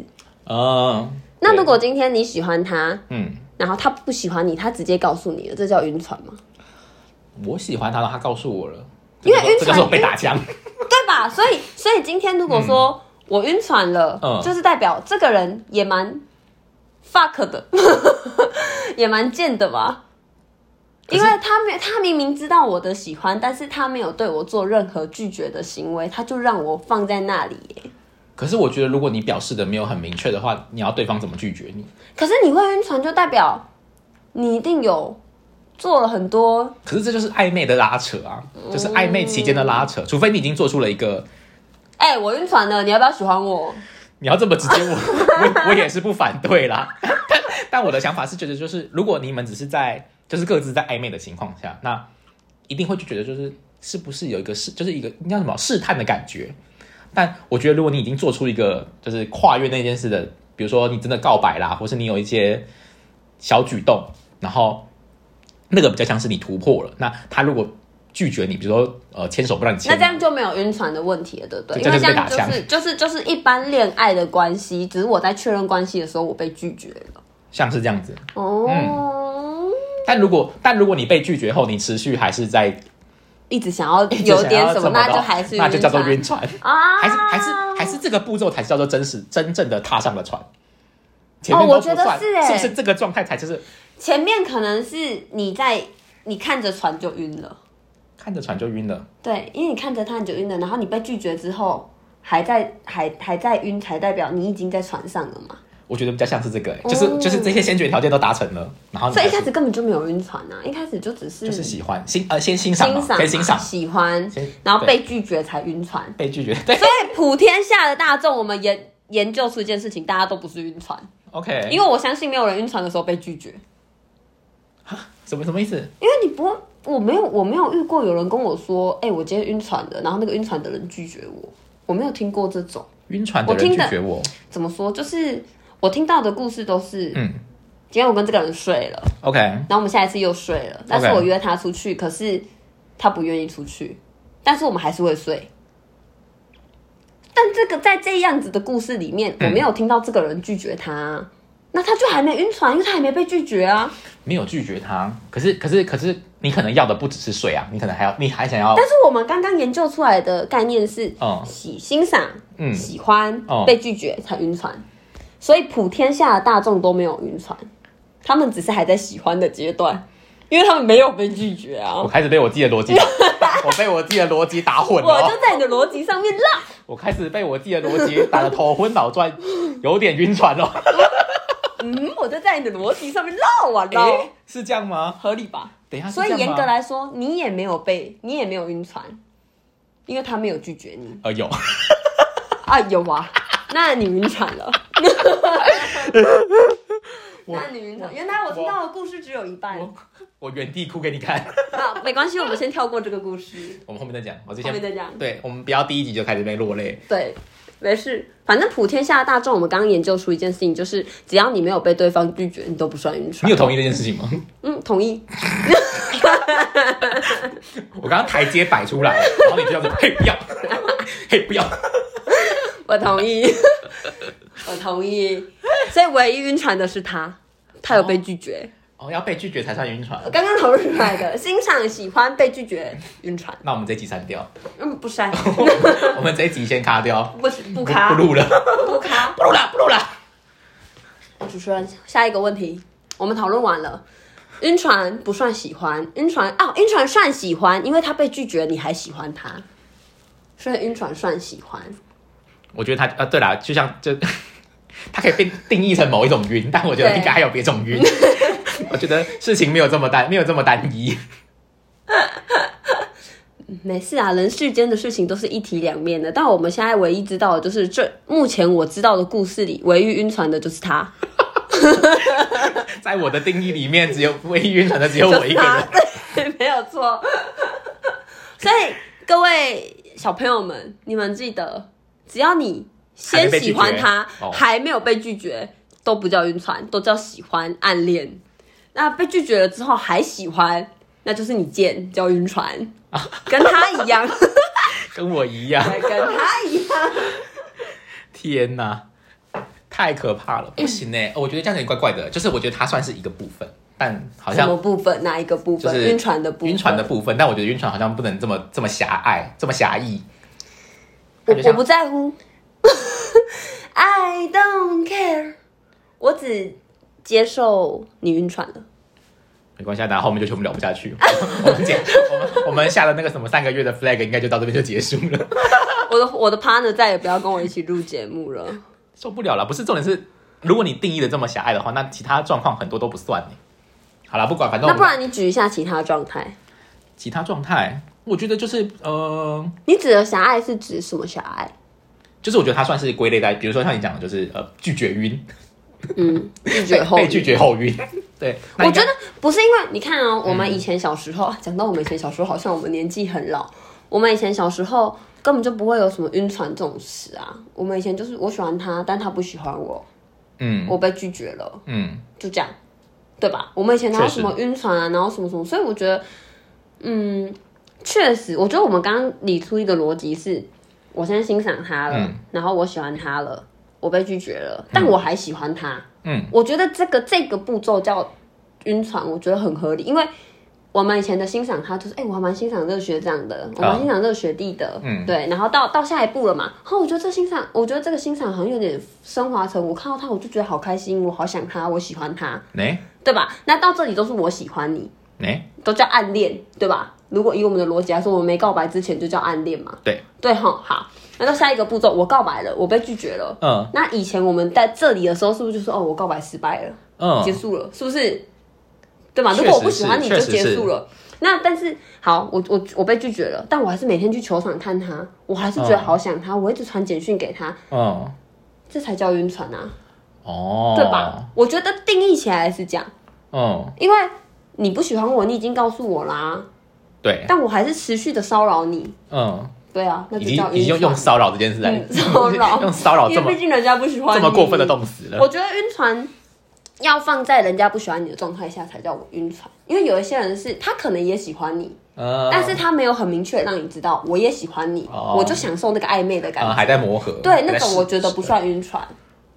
Speaker 1: 嗯、
Speaker 2: 那
Speaker 1: 对
Speaker 2: 如果今天你喜欢他，
Speaker 1: 嗯，
Speaker 2: 然后他不喜欢你，他直接告诉你了，这叫晕船吗？
Speaker 1: 我喜欢他，然后他告诉我了，
Speaker 2: 因为
Speaker 1: 这个
Speaker 2: 晕
Speaker 1: 这个是
Speaker 2: 船
Speaker 1: 我被打枪，
Speaker 2: 对吧？所以，所以今天如果说我晕船了，
Speaker 1: 嗯
Speaker 2: 就是代表这个人也蛮 fuck 的， 也蛮贱的吧？
Speaker 1: 可
Speaker 2: 因
Speaker 1: 是
Speaker 2: 为他没，他明明知道我的喜欢，但是他没有对我做任何拒绝的行为，他就让我放在那里耶。
Speaker 1: 可是我觉得如果你表示的没有很明确的话，你要对方怎么拒绝你？
Speaker 2: 可是你会晕船，就代表你一定有做了很多，
Speaker 1: 可是这就是暧昧的拉扯啊，就是暧昧期间的拉扯，除非你已经做出了一个，
Speaker 2: 哎、我晕船了，你要不要喜欢我？
Speaker 1: 你要这么直接我， 我我也是不反对啦。但但我的想法是觉得，就是如果你们只是在就是各自在暧昧的情况下，那一定会去觉得就是是不是有一个试，就是一个那叫什么试探的感觉。但我觉得，如果你已经做出一个就是跨越那件事的，比如说你真的告白啦，或是你有一些小举动，然后那个比较像是你突破了。那他如果拒绝你，比如说呃牵手不让你牵
Speaker 2: 那
Speaker 1: 嘛，
Speaker 2: 这样就没有晕船的问题了，对不对？
Speaker 1: 对
Speaker 2: 因为这
Speaker 1: 这就是被
Speaker 2: 样
Speaker 1: 打
Speaker 2: 就
Speaker 1: 枪
Speaker 2: 是就是就是一般恋爱的关系，只是我在确认关系的时候我被拒绝了。
Speaker 1: 像是这样子。
Speaker 2: 哦，
Speaker 1: 但如果但如果你被拒绝后，你持续还是在
Speaker 2: 一直想要
Speaker 1: 一 直
Speaker 2: 有
Speaker 1: 想
Speaker 2: 点
Speaker 1: 要
Speaker 2: 什
Speaker 1: 这么
Speaker 2: 么，那
Speaker 1: 的
Speaker 2: 就还是
Speaker 1: 那就叫做
Speaker 2: 船
Speaker 1: 晕船，
Speaker 2: 啊，
Speaker 1: 还是还是还是这个步骤才叫做真实真正的踏上了船。前
Speaker 2: 哦
Speaker 1: 面都
Speaker 2: 我
Speaker 1: 不
Speaker 2: 觉得
Speaker 1: 算，
Speaker 2: 是欸
Speaker 1: 不是这个状态才就是
Speaker 2: 前面可能是你在你看着船就晕了，
Speaker 1: 看着船就晕了？
Speaker 2: 对，因为你看着他你就晕了，然后你被拒绝之后还在还还在晕，才代表你已经在船上了嘛。
Speaker 1: 我觉得比较像是这个、欸，就是、就是这些先决条件都达成了，然后
Speaker 2: 哦
Speaker 1: 你
Speaker 2: 所以一
Speaker 1: 嗯还
Speaker 2: 开
Speaker 1: 是
Speaker 2: 始根本就没有晕船啊，一开始就只是
Speaker 1: 就是喜欢欣呃先欣赏
Speaker 2: 欣
Speaker 1: 嘛，
Speaker 2: 赏啊
Speaker 1: 先欣赏
Speaker 2: 喜欢
Speaker 1: 先，
Speaker 2: 然后
Speaker 1: 对
Speaker 2: 被拒绝才晕船。
Speaker 1: 被拒绝， 对
Speaker 2: 所以普天下的大众，我们研研究出一件事情，大家都不是晕船，
Speaker 1: ，OK，
Speaker 2: 因为我相信没有人晕船的时候被拒绝，
Speaker 1: 什么什么意思？
Speaker 2: 因为你不会，我没有我没有遇过有人跟我说，哎、我今天晕船的，然后那个晕船的人拒绝我，我没有听过这种。
Speaker 1: 晕船的
Speaker 2: 我
Speaker 1: 人
Speaker 2: 听
Speaker 1: 拒
Speaker 2: 的
Speaker 1: 绝我
Speaker 2: 怎么说？就是我听到的故事都是，
Speaker 1: 嗯，
Speaker 2: 今天我跟这个人睡了，
Speaker 1: ，OK，
Speaker 2: 然后我们下一次又睡了，但是
Speaker 1: OK
Speaker 2: 我约他出去，可是他不愿意出去，但是我们还是会睡。但这个在这样子的故事里面，我没
Speaker 1: 嗯
Speaker 2: 有听到这个人拒绝他啊、那他就还没晕船，因为他还没被拒绝啊。
Speaker 1: 没有拒绝他，可是可是可是你可能要的不只是睡啊，你可能还要你还想要
Speaker 2: 但是我们刚刚研究出来的概念是
Speaker 1: 嗯
Speaker 2: 喜欣赏、
Speaker 1: 嗯
Speaker 2: 喜欢、
Speaker 1: 哦
Speaker 2: 被拒绝才晕船，所以普天下的大众都没有晕船，他们只是还在喜欢的阶段，因为他们没有被拒绝啊。
Speaker 1: 我开始被我自己的逻辑打， 我被我自己的逻辑打混了
Speaker 2: 我就
Speaker 1: 哦。
Speaker 2: 在你的逻辑上面浪。
Speaker 1: 我开始被我自己的逻辑打得头昏脑转，有点晕船了。
Speaker 2: 嗯，我就在你的逻辑上面绕啊绕，
Speaker 1: 哦诶是这样吗？
Speaker 2: 合理吧？
Speaker 1: 等一下，
Speaker 2: 所以
Speaker 1: 是这
Speaker 2: 严
Speaker 1: 样吗
Speaker 2: 格，来说，你也没有被，你也没有晕船，因为他没有拒绝你
Speaker 1: 呃，有，
Speaker 2: 啊，有 啊，那你晕船了。那你晕船，原来我听到的故事只有一半
Speaker 1: 我我原地哭给你看。
Speaker 2: 啊，没关系，我们先跳过这个故 事，
Speaker 1: 我们后面再讲，我之
Speaker 2: 后面
Speaker 1: 前
Speaker 2: 再讲。
Speaker 1: 对，我们不要第一集就开始被落泪。
Speaker 2: 对，没事，反正普天下大众，我们刚刚研究出一件事情，就是只要你没有被对方拒绝，你都不算晕
Speaker 1: 你
Speaker 2: 船
Speaker 1: 有。同意这件事情吗？
Speaker 2: 嗯，同意。
Speaker 1: 我刚刚台阶摆出来，然后你就要说嘿不要，嘿不要。
Speaker 2: 我同 意，我同意。所以唯一晕船的是他，他有被拒绝。
Speaker 1: 哦，要被拒绝才算晕船
Speaker 2: 我。哦刚刚讨论出来的，欣赏、喜欢、被拒绝、晕船。
Speaker 1: 那我们这一集删 掉，
Speaker 2: 嗯，不删，
Speaker 1: 我们这一集先卡掉，
Speaker 2: 不不
Speaker 1: 不
Speaker 2: 卡
Speaker 1: 不，录了，
Speaker 2: 不卡。
Speaker 1: 不录了，不录了。
Speaker 2: 主持人，下一个问题，我们讨论完了。晕船不算喜欢，晕船哦，晕船算喜欢，因为他被拒绝，你还喜欢他，所以晕船算喜欢。
Speaker 1: 我觉得他呃，对啦，就像就 它可以被定义成某一种晕，但我觉得
Speaker 2: 对
Speaker 1: 应该还有别种 晕。我觉得事情没有这么单，没有这么单一。
Speaker 2: 没事啊，人世间的事情都是一体两面的。但我们现在唯一知道的就是，这目前我知道的故事里，唯一晕船的就是他，
Speaker 1: 在我的定义里面，只有唯一晕船的只 有
Speaker 2: 就
Speaker 1: 我
Speaker 2: 是
Speaker 1: 一个
Speaker 2: 他
Speaker 1: 人。，
Speaker 2: 对，没有错。所以各位小朋友们，你们记得，只要你
Speaker 1: 还
Speaker 2: 先
Speaker 1: 没被拒
Speaker 2: 喜欢
Speaker 1: 绝
Speaker 2: 他，
Speaker 1: 哦
Speaker 2: 还没有被拒绝，都不叫晕船，都叫喜欢暗恋。那被拒绝了之后还喜欢，那就是你贱，叫晕 船，跟他一样，
Speaker 1: 跟我一样。
Speaker 2: 对跟他一样。
Speaker 1: 天哪，太可怕了，不行呢、欸哦我觉得这样有点怪怪的，就是我觉得它算是一个部分，但好
Speaker 2: 什么
Speaker 1: 像
Speaker 2: 部分？哪一个部分？
Speaker 1: 就是
Speaker 2: 晕船的部分。
Speaker 1: 晕船的部分，但我觉得晕船好像不能这么这么狭隘，这么狭义。
Speaker 2: 我
Speaker 1: 感觉
Speaker 2: 我
Speaker 1: 像
Speaker 2: 不在乎 ，I don't care，我只接受你晕船了。
Speaker 1: 没关系啊，然后我们就全部聊不下去。我们解，我们我们下了那个什么三个月的 flag，应该就到这边就结束了。
Speaker 2: 我的我的 partner 再也不要跟我一起录节目了。
Speaker 1: 受不了了，不是重点是，如果你定义的这么狭隘的话，那其他状况很多都不算呢、好啦，不管，反正
Speaker 2: 那
Speaker 1: 我
Speaker 2: 不
Speaker 1: 们
Speaker 2: 然你举一下其他状态。
Speaker 1: 其他状态，我觉得就是呃，
Speaker 2: 你指的狭隘是指什么狭隘？
Speaker 1: 就是我觉得它算是归类在，比如说像你讲的，就是呃拒绝晕，
Speaker 2: 嗯，拒
Speaker 1: 被
Speaker 2: 绝后
Speaker 1: 被。拒绝后 晕。对，
Speaker 2: 我
Speaker 1: 那嗯应该
Speaker 2: 觉得不是因为你看哦，我们以前小时候 啊讲、到我们以前小时候，好像我们年纪很老。我们以前小时候根本就不会有什么晕船这种事啊。我们以前就是我喜欢他，但他不喜欢我，
Speaker 1: 嗯
Speaker 2: 我被拒绝了。
Speaker 1: 嗯，
Speaker 2: 就这样，对吧？我们以前哪有
Speaker 1: 确实
Speaker 2: 什么晕船啊，然后什么什么，所以我觉得，嗯，确实，我觉得我们刚刚理出一个逻辑是，我现在欣赏他了，
Speaker 1: 嗯
Speaker 2: 然后我喜欢他了，我被拒绝了，但我还喜欢他，
Speaker 1: 嗯，
Speaker 2: 我觉得这个这个步骤叫晕船，我觉得很合理，因为。我们以前的欣赏他，就是哎、我还蛮欣赏这个学长的，我蛮欣赏这个学弟的，
Speaker 1: 嗯
Speaker 2: 对。然后到到下一步了嘛，哦，我觉得这欣赏，我觉得这个欣赏好像有点升华成，我看到他我就觉得好开心，我好想他，我喜欢他，
Speaker 1: 哎
Speaker 2: 对吧？那到这里都是我喜欢你，
Speaker 1: 哎，
Speaker 2: 都叫暗恋，对吧？如果以我们的逻辑来说，我们没告白之前就叫暗恋嘛，
Speaker 1: 对，
Speaker 2: 对哈。好，那到下一个步骤，我告白了，我被拒绝了。
Speaker 1: 嗯
Speaker 2: 那以前我们在这里的时候，是不是就说哦，我告白失败了？结
Speaker 1: 嗯，
Speaker 2: 束了，是不是？对吧？
Speaker 1: 确
Speaker 2: 如
Speaker 1: 实
Speaker 2: 果我不喜欢你，
Speaker 1: 是
Speaker 2: 就
Speaker 1: 确实
Speaker 2: 结
Speaker 1: 是
Speaker 2: 束了。那但是好，我我我被拒绝了，但我还是每天去球场看他，我还是觉得
Speaker 1: 嗯
Speaker 2: 好想他，我一直传简讯给他，
Speaker 1: 嗯，
Speaker 2: 这才叫晕船啊，
Speaker 1: 哦，
Speaker 2: 对吧？？我觉得定义起来是这样，
Speaker 1: 嗯，
Speaker 2: 因为你不喜欢我，你已经告诉我啦，
Speaker 1: 对，
Speaker 2: 但我还是持续的骚扰你，
Speaker 1: 嗯，
Speaker 2: 对啊，那
Speaker 1: 已
Speaker 2: 就
Speaker 1: 经
Speaker 2: 叫
Speaker 1: 已经
Speaker 2: 晕
Speaker 1: 用用
Speaker 2: 船。
Speaker 1: 骚扰这件事来
Speaker 2: 嗯骚扰
Speaker 1: 用骚扰
Speaker 2: 因
Speaker 1: 这
Speaker 2: 为
Speaker 1: 么
Speaker 2: 毕竟人家不喜欢
Speaker 1: 这
Speaker 2: 你，
Speaker 1: 么过分的动词了。
Speaker 2: 我觉得晕船要放在人家不喜欢你的状态下才叫我晕船，因为有一些人是他可能也喜欢你，
Speaker 1: 嗯，
Speaker 2: 但是他没有很明确让你知道我也喜欢你，
Speaker 1: 哦
Speaker 2: 我就享受那个暧昧的感
Speaker 1: 嗯
Speaker 2: 觉。
Speaker 1: 还在磨合，
Speaker 2: 对，
Speaker 1: 还
Speaker 2: 那
Speaker 1: 在
Speaker 2: 种
Speaker 1: 试
Speaker 2: 我觉得不算晕船，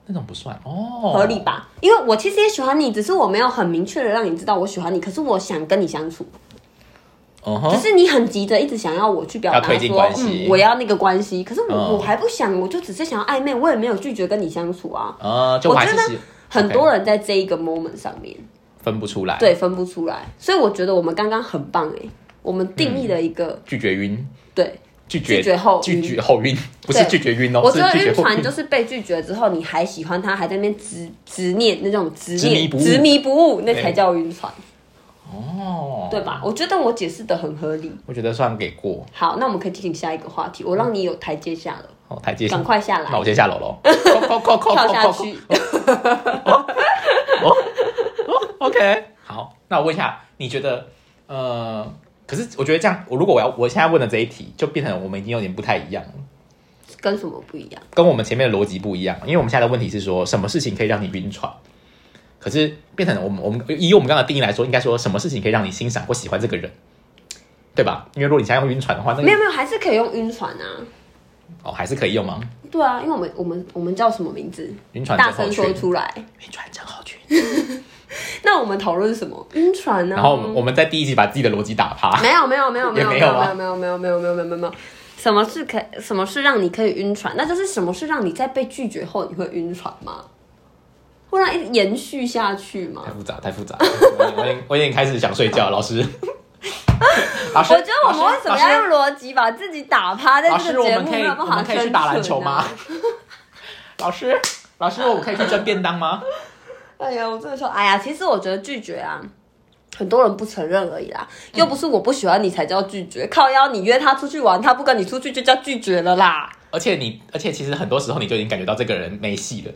Speaker 1: 那种不算哦，
Speaker 2: 合理吧？因为我其实也喜欢你，只是我没有很明确的让你知道我喜欢你，可是我想跟你相处，
Speaker 1: 嗯
Speaker 2: 只
Speaker 1: 哼，
Speaker 2: 是你很急着一直想要我去表
Speaker 1: 要
Speaker 2: 达
Speaker 1: 推进
Speaker 2: 说
Speaker 1: 关，系
Speaker 2: 嗯，我要那个关系，可是我、
Speaker 1: 嗯
Speaker 2: 我还不想，我就只是想要暧昧，我也没有拒绝跟你相处啊。
Speaker 1: 呃，就
Speaker 2: 我
Speaker 1: 还
Speaker 2: 觉
Speaker 1: 是
Speaker 2: 得
Speaker 1: 喜
Speaker 2: 很
Speaker 1: OK
Speaker 2: 多人在这一个 moment 上面，
Speaker 1: 分不出来，，
Speaker 2: 对分不出来，所以我觉得我们刚刚很棒哎、我们定义了一个、
Speaker 1: 拒绝晕，
Speaker 2: 对，
Speaker 1: 拒绝
Speaker 2: 拒绝后
Speaker 1: 拒
Speaker 2: 晕
Speaker 1: 绝后晕，不是
Speaker 2: 对
Speaker 1: 拒绝晕哦，
Speaker 2: 我
Speaker 1: 是
Speaker 2: 觉得
Speaker 1: 拒
Speaker 2: 晕
Speaker 1: 绝后
Speaker 2: 船
Speaker 1: 晕
Speaker 2: 就。是被拒绝之后，你还喜欢他，还在那边执执念那种执
Speaker 1: 执迷
Speaker 2: 念
Speaker 1: 不悟
Speaker 2: 执迷不悟，那
Speaker 1: 对
Speaker 2: 才叫晕船，
Speaker 1: 哦，
Speaker 2: 对吧？我觉得我解释的很合理。
Speaker 1: 我觉得算给过，
Speaker 2: 好，那我们可以进行下一个话题，我让你有台阶下了，
Speaker 1: 好哦台阶下
Speaker 2: 赶，快下
Speaker 1: 那我
Speaker 2: 来，
Speaker 1: 先下 楼喽，扣扣扣扣
Speaker 2: 跳
Speaker 1: 扣
Speaker 2: 下
Speaker 1: 扣扣
Speaker 2: 去。
Speaker 1: OK，好，那我问一下，你觉得，呃，可是我觉得这样，我如果我要我现在问的这一题，就变成我们已经有点不太一样了，
Speaker 2: 跟什么不一样？
Speaker 1: 跟我们前面的逻辑不一样，因为我们现在的问题是说，什么事情可以让你晕船？可是变成我们我们以我们刚刚的定义来说，应该说什么事情可以让你欣赏或喜欢这个人，对吧？因为如果你现在用晕船的话，那
Speaker 2: 没有
Speaker 1: 个
Speaker 2: 没有，还是可以用晕船啊。
Speaker 1: 哦还是可以用吗？
Speaker 2: 对啊，因为我们我们我们叫什么名字？
Speaker 1: 晕船
Speaker 2: 大
Speaker 1: 症候
Speaker 2: 声说
Speaker 1: 群，
Speaker 2: 出来。
Speaker 1: 晕船症候群。
Speaker 2: 那我们讨论什么？晕船呢、啊？
Speaker 1: 然后我们我们在第一集把自己的逻辑打 趴，
Speaker 2: 没有没有没有没有
Speaker 1: 也
Speaker 2: 没
Speaker 1: 没
Speaker 2: 有
Speaker 1: 有啊
Speaker 2: 没有没有没有没有没有没有没有，什么是可什么是让你可以晕船？那就是什么是让你在被拒绝后你会晕船吗？会让一直延续下去吗
Speaker 1: 太？复杂，太复杂，我已经我已经我已经开始想睡觉，老师。老师，
Speaker 2: 我觉得我们为什么要
Speaker 1: 老师
Speaker 2: 用逻辑把自己打趴在
Speaker 1: 老
Speaker 2: 这
Speaker 1: 师，
Speaker 2: 个
Speaker 1: 我
Speaker 2: 节
Speaker 1: 们
Speaker 2: 目
Speaker 1: 可
Speaker 2: 没
Speaker 1: 以
Speaker 2: 有办
Speaker 1: 我
Speaker 2: 法
Speaker 1: 们可以去打篮球吗？老师，老师，我可以去蒸便当吗？
Speaker 2: 哎呀，我真的说，哎呀，其实我觉得拒绝啊，很多人不承认而已啦，又不是我不喜欢你才叫拒绝，靠邀你约他出去玩，他不跟你出去就叫拒绝了啦。
Speaker 1: 而且你，而且其实很多时候你就已经感觉到这个人没戏了。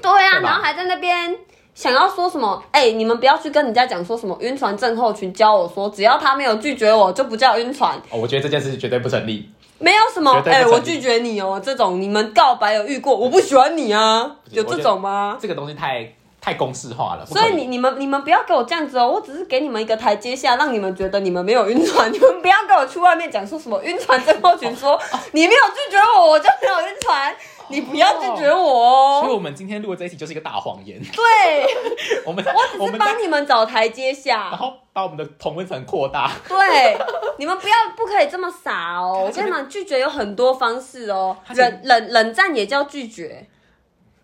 Speaker 2: 对啊，
Speaker 1: 对吧
Speaker 2: 然后还在那边想要说什么？哎、你们不要去跟人家讲说什么晕船症候群，教我说，只要他没有拒绝我，就不叫晕船，
Speaker 1: 哦，我觉得这件事绝对不成立。
Speaker 2: 没有什么
Speaker 1: 绝对
Speaker 2: 哎、
Speaker 1: 不成立
Speaker 2: 我拒绝你哦，这种你们告白有遇过，我不喜欢你啊，
Speaker 1: 不是
Speaker 2: 有这种吗？
Speaker 1: 这个东西太太公式化了。不可
Speaker 2: 所以你你们你们不要给我这样子哦，我只是给你们一个台阶下，让你们觉得你们没有晕船，你们不要跟我去外面讲说什么晕船症候
Speaker 1: 哦
Speaker 2: 群说，你没有拒绝我，我就没有晕船，你不要拒绝我哦。
Speaker 1: 所以我们今天录的这一期就是一个大谎 言。
Speaker 2: 对，
Speaker 1: 我们在我
Speaker 2: 我只是
Speaker 1: 们在哦
Speaker 2: 帮你们找台阶
Speaker 1: 然
Speaker 2: 下。
Speaker 1: 后把我们的同温层扩大。
Speaker 2: 对，你们不要不可以这么傻哦！我
Speaker 1: 他
Speaker 2: 跟
Speaker 1: 前面
Speaker 2: 你们，拒绝有很多方式哦，
Speaker 1: 他前
Speaker 2: 冷冷冷战也叫拒绝，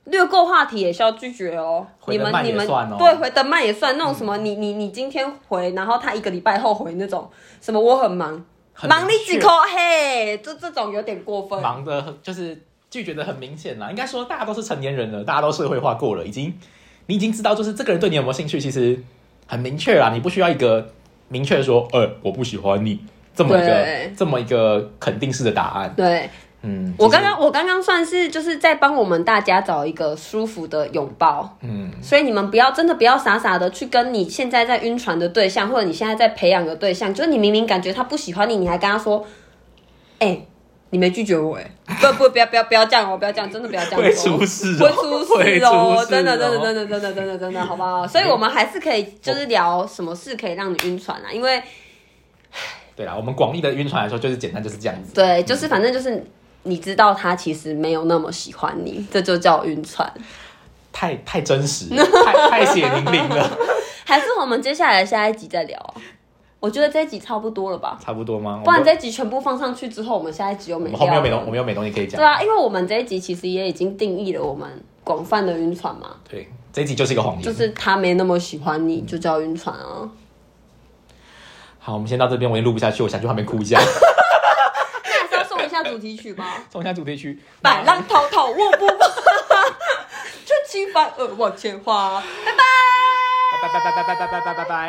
Speaker 2: 略过话题也是要拒绝哦。
Speaker 1: 回
Speaker 2: 你
Speaker 1: 得
Speaker 2: 们
Speaker 1: 慢
Speaker 2: 你
Speaker 1: 也
Speaker 2: 们
Speaker 1: 算哦嗯
Speaker 2: 对回的慢也算那种什么，你你你今天回，然后他一个礼拜后回那种什么我很忙，
Speaker 1: 很
Speaker 2: 忙你
Speaker 1: 明
Speaker 2: 几
Speaker 1: 确
Speaker 2: 口嘿，这这种有点过分。
Speaker 1: 忙的，就是拒绝的很明显啦。应该说大家都是成年人了，大家都社会化过了，已经你已经知道，就是这个人对你有没有兴趣，其实很明确啦。你不需要一个明确说，呃、我不喜欢你这么一个
Speaker 2: 对
Speaker 1: 这么一个肯定式的答案。
Speaker 2: 对
Speaker 1: 嗯，
Speaker 2: 我
Speaker 1: 其实
Speaker 2: 刚刚我刚刚算是就是在帮我们大家找一个舒服的拥抱。
Speaker 1: 嗯，
Speaker 2: 所以你们不要真的不要傻傻的去跟你现在在晕船的对象，或者你现在在培养的对象，就是你明明感觉他不喜欢你，你还跟他说，哎、你没拒绝我哎、不不不要不要不要这样哦，不要这样，真的不要这样，
Speaker 1: 会出事、
Speaker 2: 会
Speaker 1: 哦，
Speaker 2: 出
Speaker 1: 会
Speaker 2: 事
Speaker 1: 出
Speaker 2: 哦，
Speaker 1: 事
Speaker 2: 真的真的
Speaker 1: 哦
Speaker 2: 真的真的真的真的，好不好？所以我们还是可以就是聊什么事可以让你晕船啊，因为
Speaker 1: 对啦，我们广义的晕船来说，就是简单就是这样子。
Speaker 2: 对，就是反正就是。你知道他其实没有那么喜欢你，这就叫晕船。
Speaker 1: 太太真实， 太太血淋淋了，
Speaker 2: 还是我们接下来下一集再聊啊？我觉得这一集差不多了吧？
Speaker 1: 差不多吗？
Speaker 2: 不然
Speaker 1: 我们
Speaker 2: 这一集全部放上去之后，我们下一集又
Speaker 1: 我
Speaker 2: 没
Speaker 1: 们后面
Speaker 2: 料
Speaker 1: 又
Speaker 2: 了
Speaker 1: 没东，我们又没东西可以讲
Speaker 2: 对。啊，因为我们这一集其实也已经定义了我们广泛的晕船嘛，
Speaker 1: 对，这一集就是一个谎言。
Speaker 2: 就是他没那么喜欢你，就叫晕船啊。
Speaker 1: 好，我们先到这边，我已经录不下去，我想去旁边哭 一下。
Speaker 2: 那还是要送一下主题曲 吧，
Speaker 1: 送一下主题曲，
Speaker 2: 百浪滔滔我不怕， 春情反而往前花。
Speaker 1: 拜拜拜拜拜拜拜拜拜拜拜。